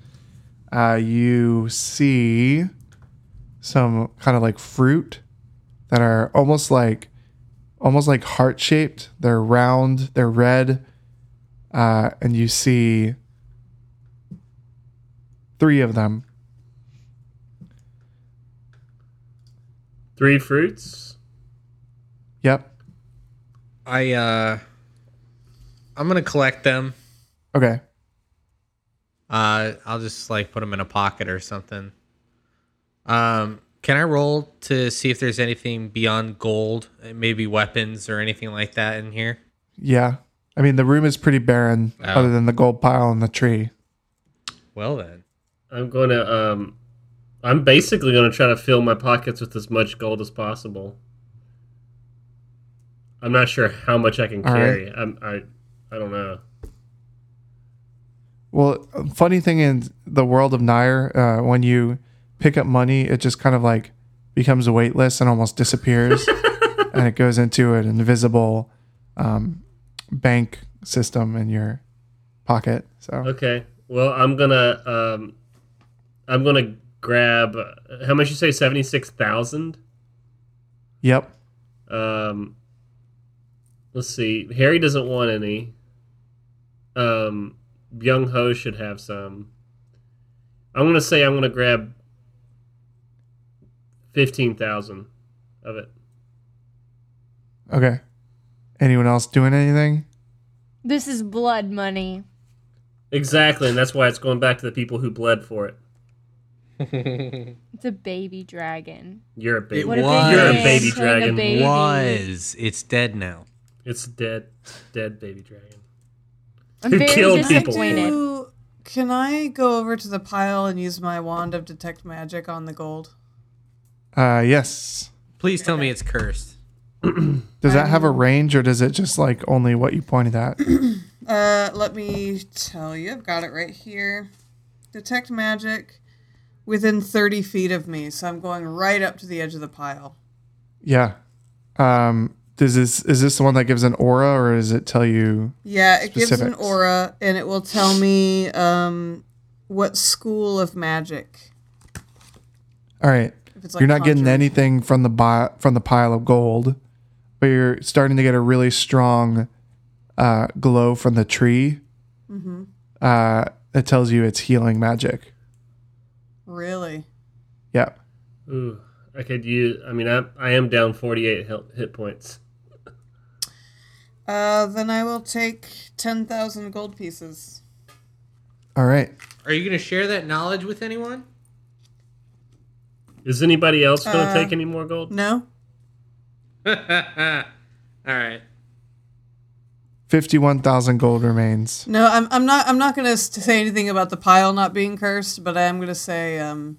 uh, you see some kind of like fruit that are almost like, almost like heart shaped. They're round. They're red, uh, and you see three of them. Three fruits. Yep. I uh, I'm gonna collect them. Okay. Uh, I'll just like put them in a pocket or something. Um, can I roll to see if there's anything beyond gold, uh, maybe weapons or anything like that in here? Yeah. I mean, the room is pretty barren, Oh. other than the gold pile and the tree. Well then, I'm going to um I'm basically going to try to fill my pockets with as much gold as possible. I'm not sure how much I can All right. carry. I'm, I I don't know. Well, funny thing in the world of Nair, uh, when you pick up money, it just kind of like becomes weightless and almost disappears, and it goes into an invisible um, bank system in your pocket. So Okay. Well, I'm going to um I'm going to grab uh, how much you say 76,000? yep, Um, let's see. Harry doesn't want any. Um, Young Ho should have some. I'm gonna say I'm gonna grab fifteen thousand of it. Okay. Anyone else doing anything? This is blood money. Exactly, and that's why it's going back to the people who bled for it. It's a baby dragon. You're a baby. What a was. big You're a man baby killing a dragon. baby. Was it's dead now? It's dead, dead baby dragon. I'm Who very killed people. disappointed. Do- Can I go over to the pile and use my wand of detect magic on the gold? Uh, yes. Please tell me it's cursed. Does that have a range or does it just like only what you pointed at? Uh, let me tell you, I've got it right here. Detect magic within 30 feet of me, so I'm going right up to the edge of the pile. yeah. Um, does this is this the one that gives an aura or does it tell you? Yeah, it gives an Specifics. aura, and it will tell me um, what school of magic. All right. If it's you're not getting conjuring. anything from the bi- from the pile of gold, but you're starting to get a really strong uh, glow from the tree. Uh, that tells you it's healing magic. Really? Yeah. Ooh, I could use. I mean, I I am down forty eight hit, hit points. Uh, then I will take 10,000 gold pieces. All right. Are you gonna share that knowledge with anyone? Is anybody else gonna Uh, take any more gold? No? All right. Fifty-one thousand gold remains. No, I'm, I'm not. I'm not gonna st- say anything about the pile not being cursed, but I am gonna say, um,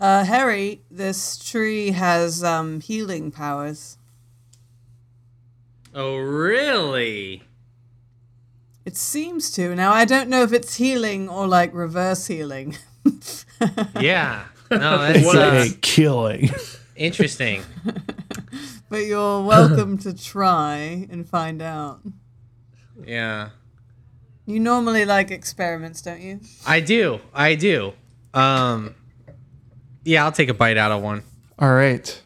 uh, Harry, this tree has um, healing powers. Oh really? It seems to. Now I don't know if it's healing or like reverse healing. Yeah. No, that's uh, killing. interesting. But you're welcome to try and find out. Yeah. You normally like experiments, don't you? I do. I do. Um. Yeah, I'll take a bite out of one. All right.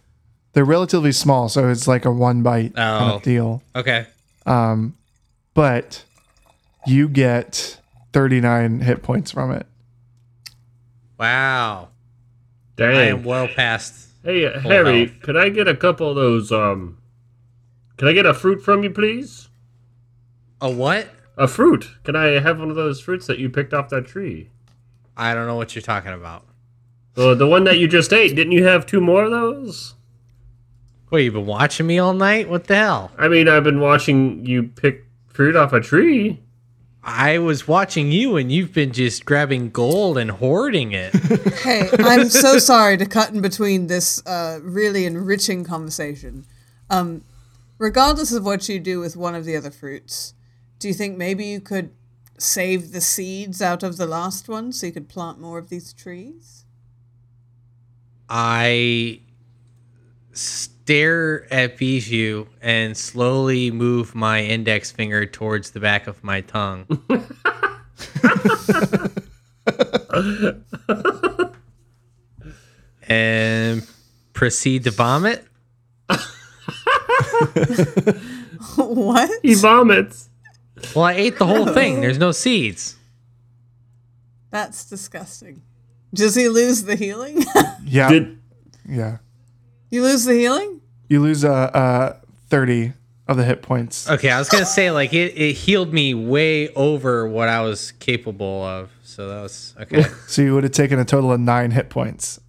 They're relatively small, so it's like a one bite kind Oh. of deal. Okay. But you get 39 hit points from it. Wow. Dang. I am well past. Hey, uh, Harry, health. could I get a couple of those? Um, can I get a fruit from you, please? A what? A fruit? Can I have one of those fruits that you picked off that tree? I don't know what you're talking about. Uh, the one that you just ate. Didn't you have two more of those? What, you've been watching me all night? What the hell? I mean, I've been watching you pick fruit off a tree. I was watching you and you've been just grabbing gold and hoarding it. Hey, I'm so sorry to cut in between this uh, really enriching conversation. Um, regardless of what you do with one of the other fruits, do you think maybe you could save the seeds out of the last one so you could plant more of these trees? I stare at Bijou and slowly move my index finger towards the back of my tongue. and proceed to vomit. what? He vomits. Well, I ate the whole thing. There's no seeds. That's disgusting. Does he lose the healing? Yeah. Did yeah. you lose the healing? You lose uh, uh, 30 of the hit points. Okay, I was gonna say like it, it healed me way over what I was capable of. So that was okay. So you would have taken a total of nine hit points.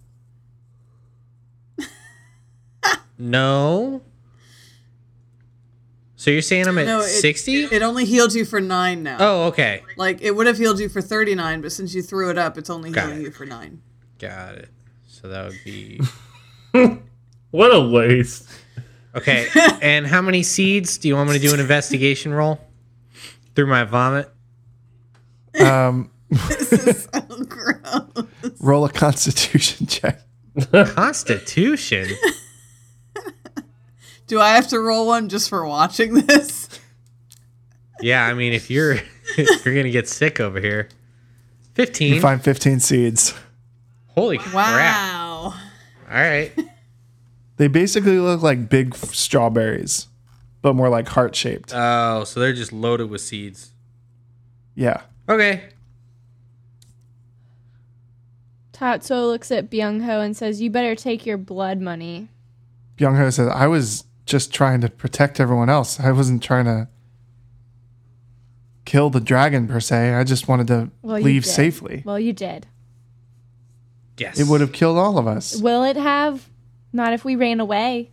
No. So you're saying I'm No, at it- sixty? It only healed you for nine now. oh, okay. Like it would have healed you for 39, but since you threw it up, it's only Got healing it. you for 9. Got it. So that would be what a waste. okay. and how many seeds do you want me to do an investigation roll through my vomit? Um, So gross. roll a constitution check. Constitution. Do I have to roll one just for watching this? yeah, I mean if you're if you're gonna get sick over here. Fifteen. You find 15 seeds. Holy crap! Wow. All right. They basically look like big f- Uh. strawberries, but more like heart shaped. Oh, so they're just loaded with seeds. Yeah. Okay. Tatsuo looks at Byung-ho and says, "You better take your blood money." Byung Ho says, I was just trying to protect everyone else. I wasn't trying to kill the dragon per se. I just wanted to Well, you leave did. safely. Well, you did. Yes. It would have killed all of us. Will it have? Not if we ran away.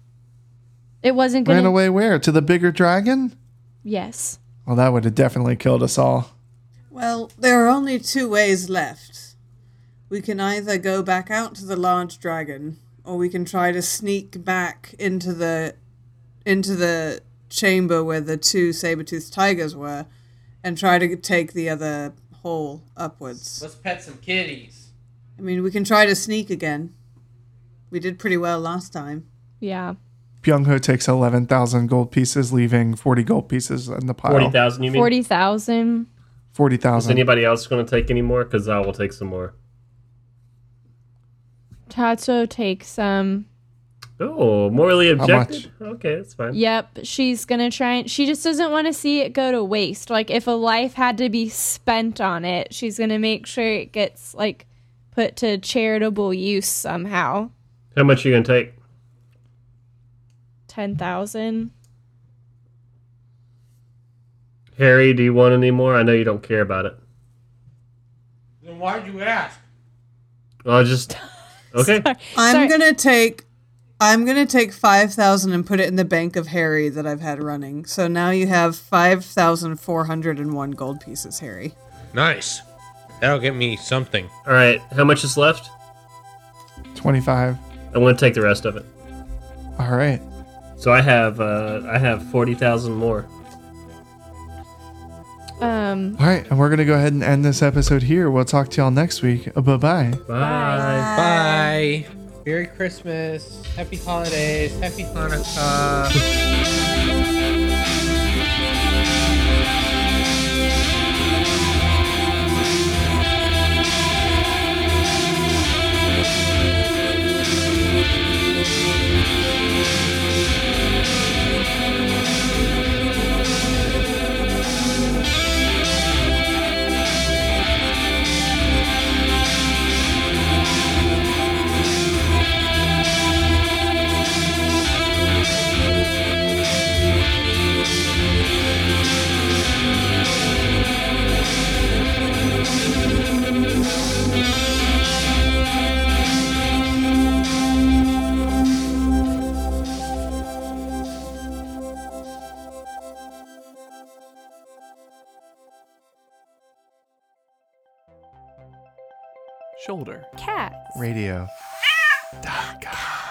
It wasn't gonna. Ran away where? To the bigger dragon? Yes. Well, that would have definitely killed us all. Well, there are only two ways left. We can either go back out to the large dragon, or we can try to sneak back into the into the chamber where the two saber-toothed tigers were, and try to take the other hole upwards. Let's pet some kitties. I mean, we can try to sneak again. We did pretty well last time. Yeah. Byung Ho takes 11,000 gold pieces, leaving 40 gold pieces in the Forty pile. thousand, you mean? 40,000. Is 40,000. anybody else going to take any more? Because I will take some more. Tatsuo takes um Oh, morally How objected. Okay, that's fine. Yep, she's gonna try and she just doesn't want to see it go to waste. Like if a life had to be spent on it, she's gonna make sure it gets like put to charitable use somehow. How much you going to take? Ten thousand. Harry, do you want any more? I know you don't care about it. Then why'd you ask? I'll just. Okay. I'm Sorry. gonna take. I'm gonna take five thousand and put it in the bank of Harry that I've had running. So now you have five thousand four hundred and one gold pieces, Harry. Nice. That'll get me something. All right. How much is left? 25. I want to take the rest of it. All right. So I have uh, I have forty thousand more. Um All right. And we're going to go ahead and end this episode here. We'll talk to y'all next week. Bye bye. Bye. Bye. Merry Christmas. Happy holidays. Happy Hanukkah. Shoulder. Cats. Radio. Dot com.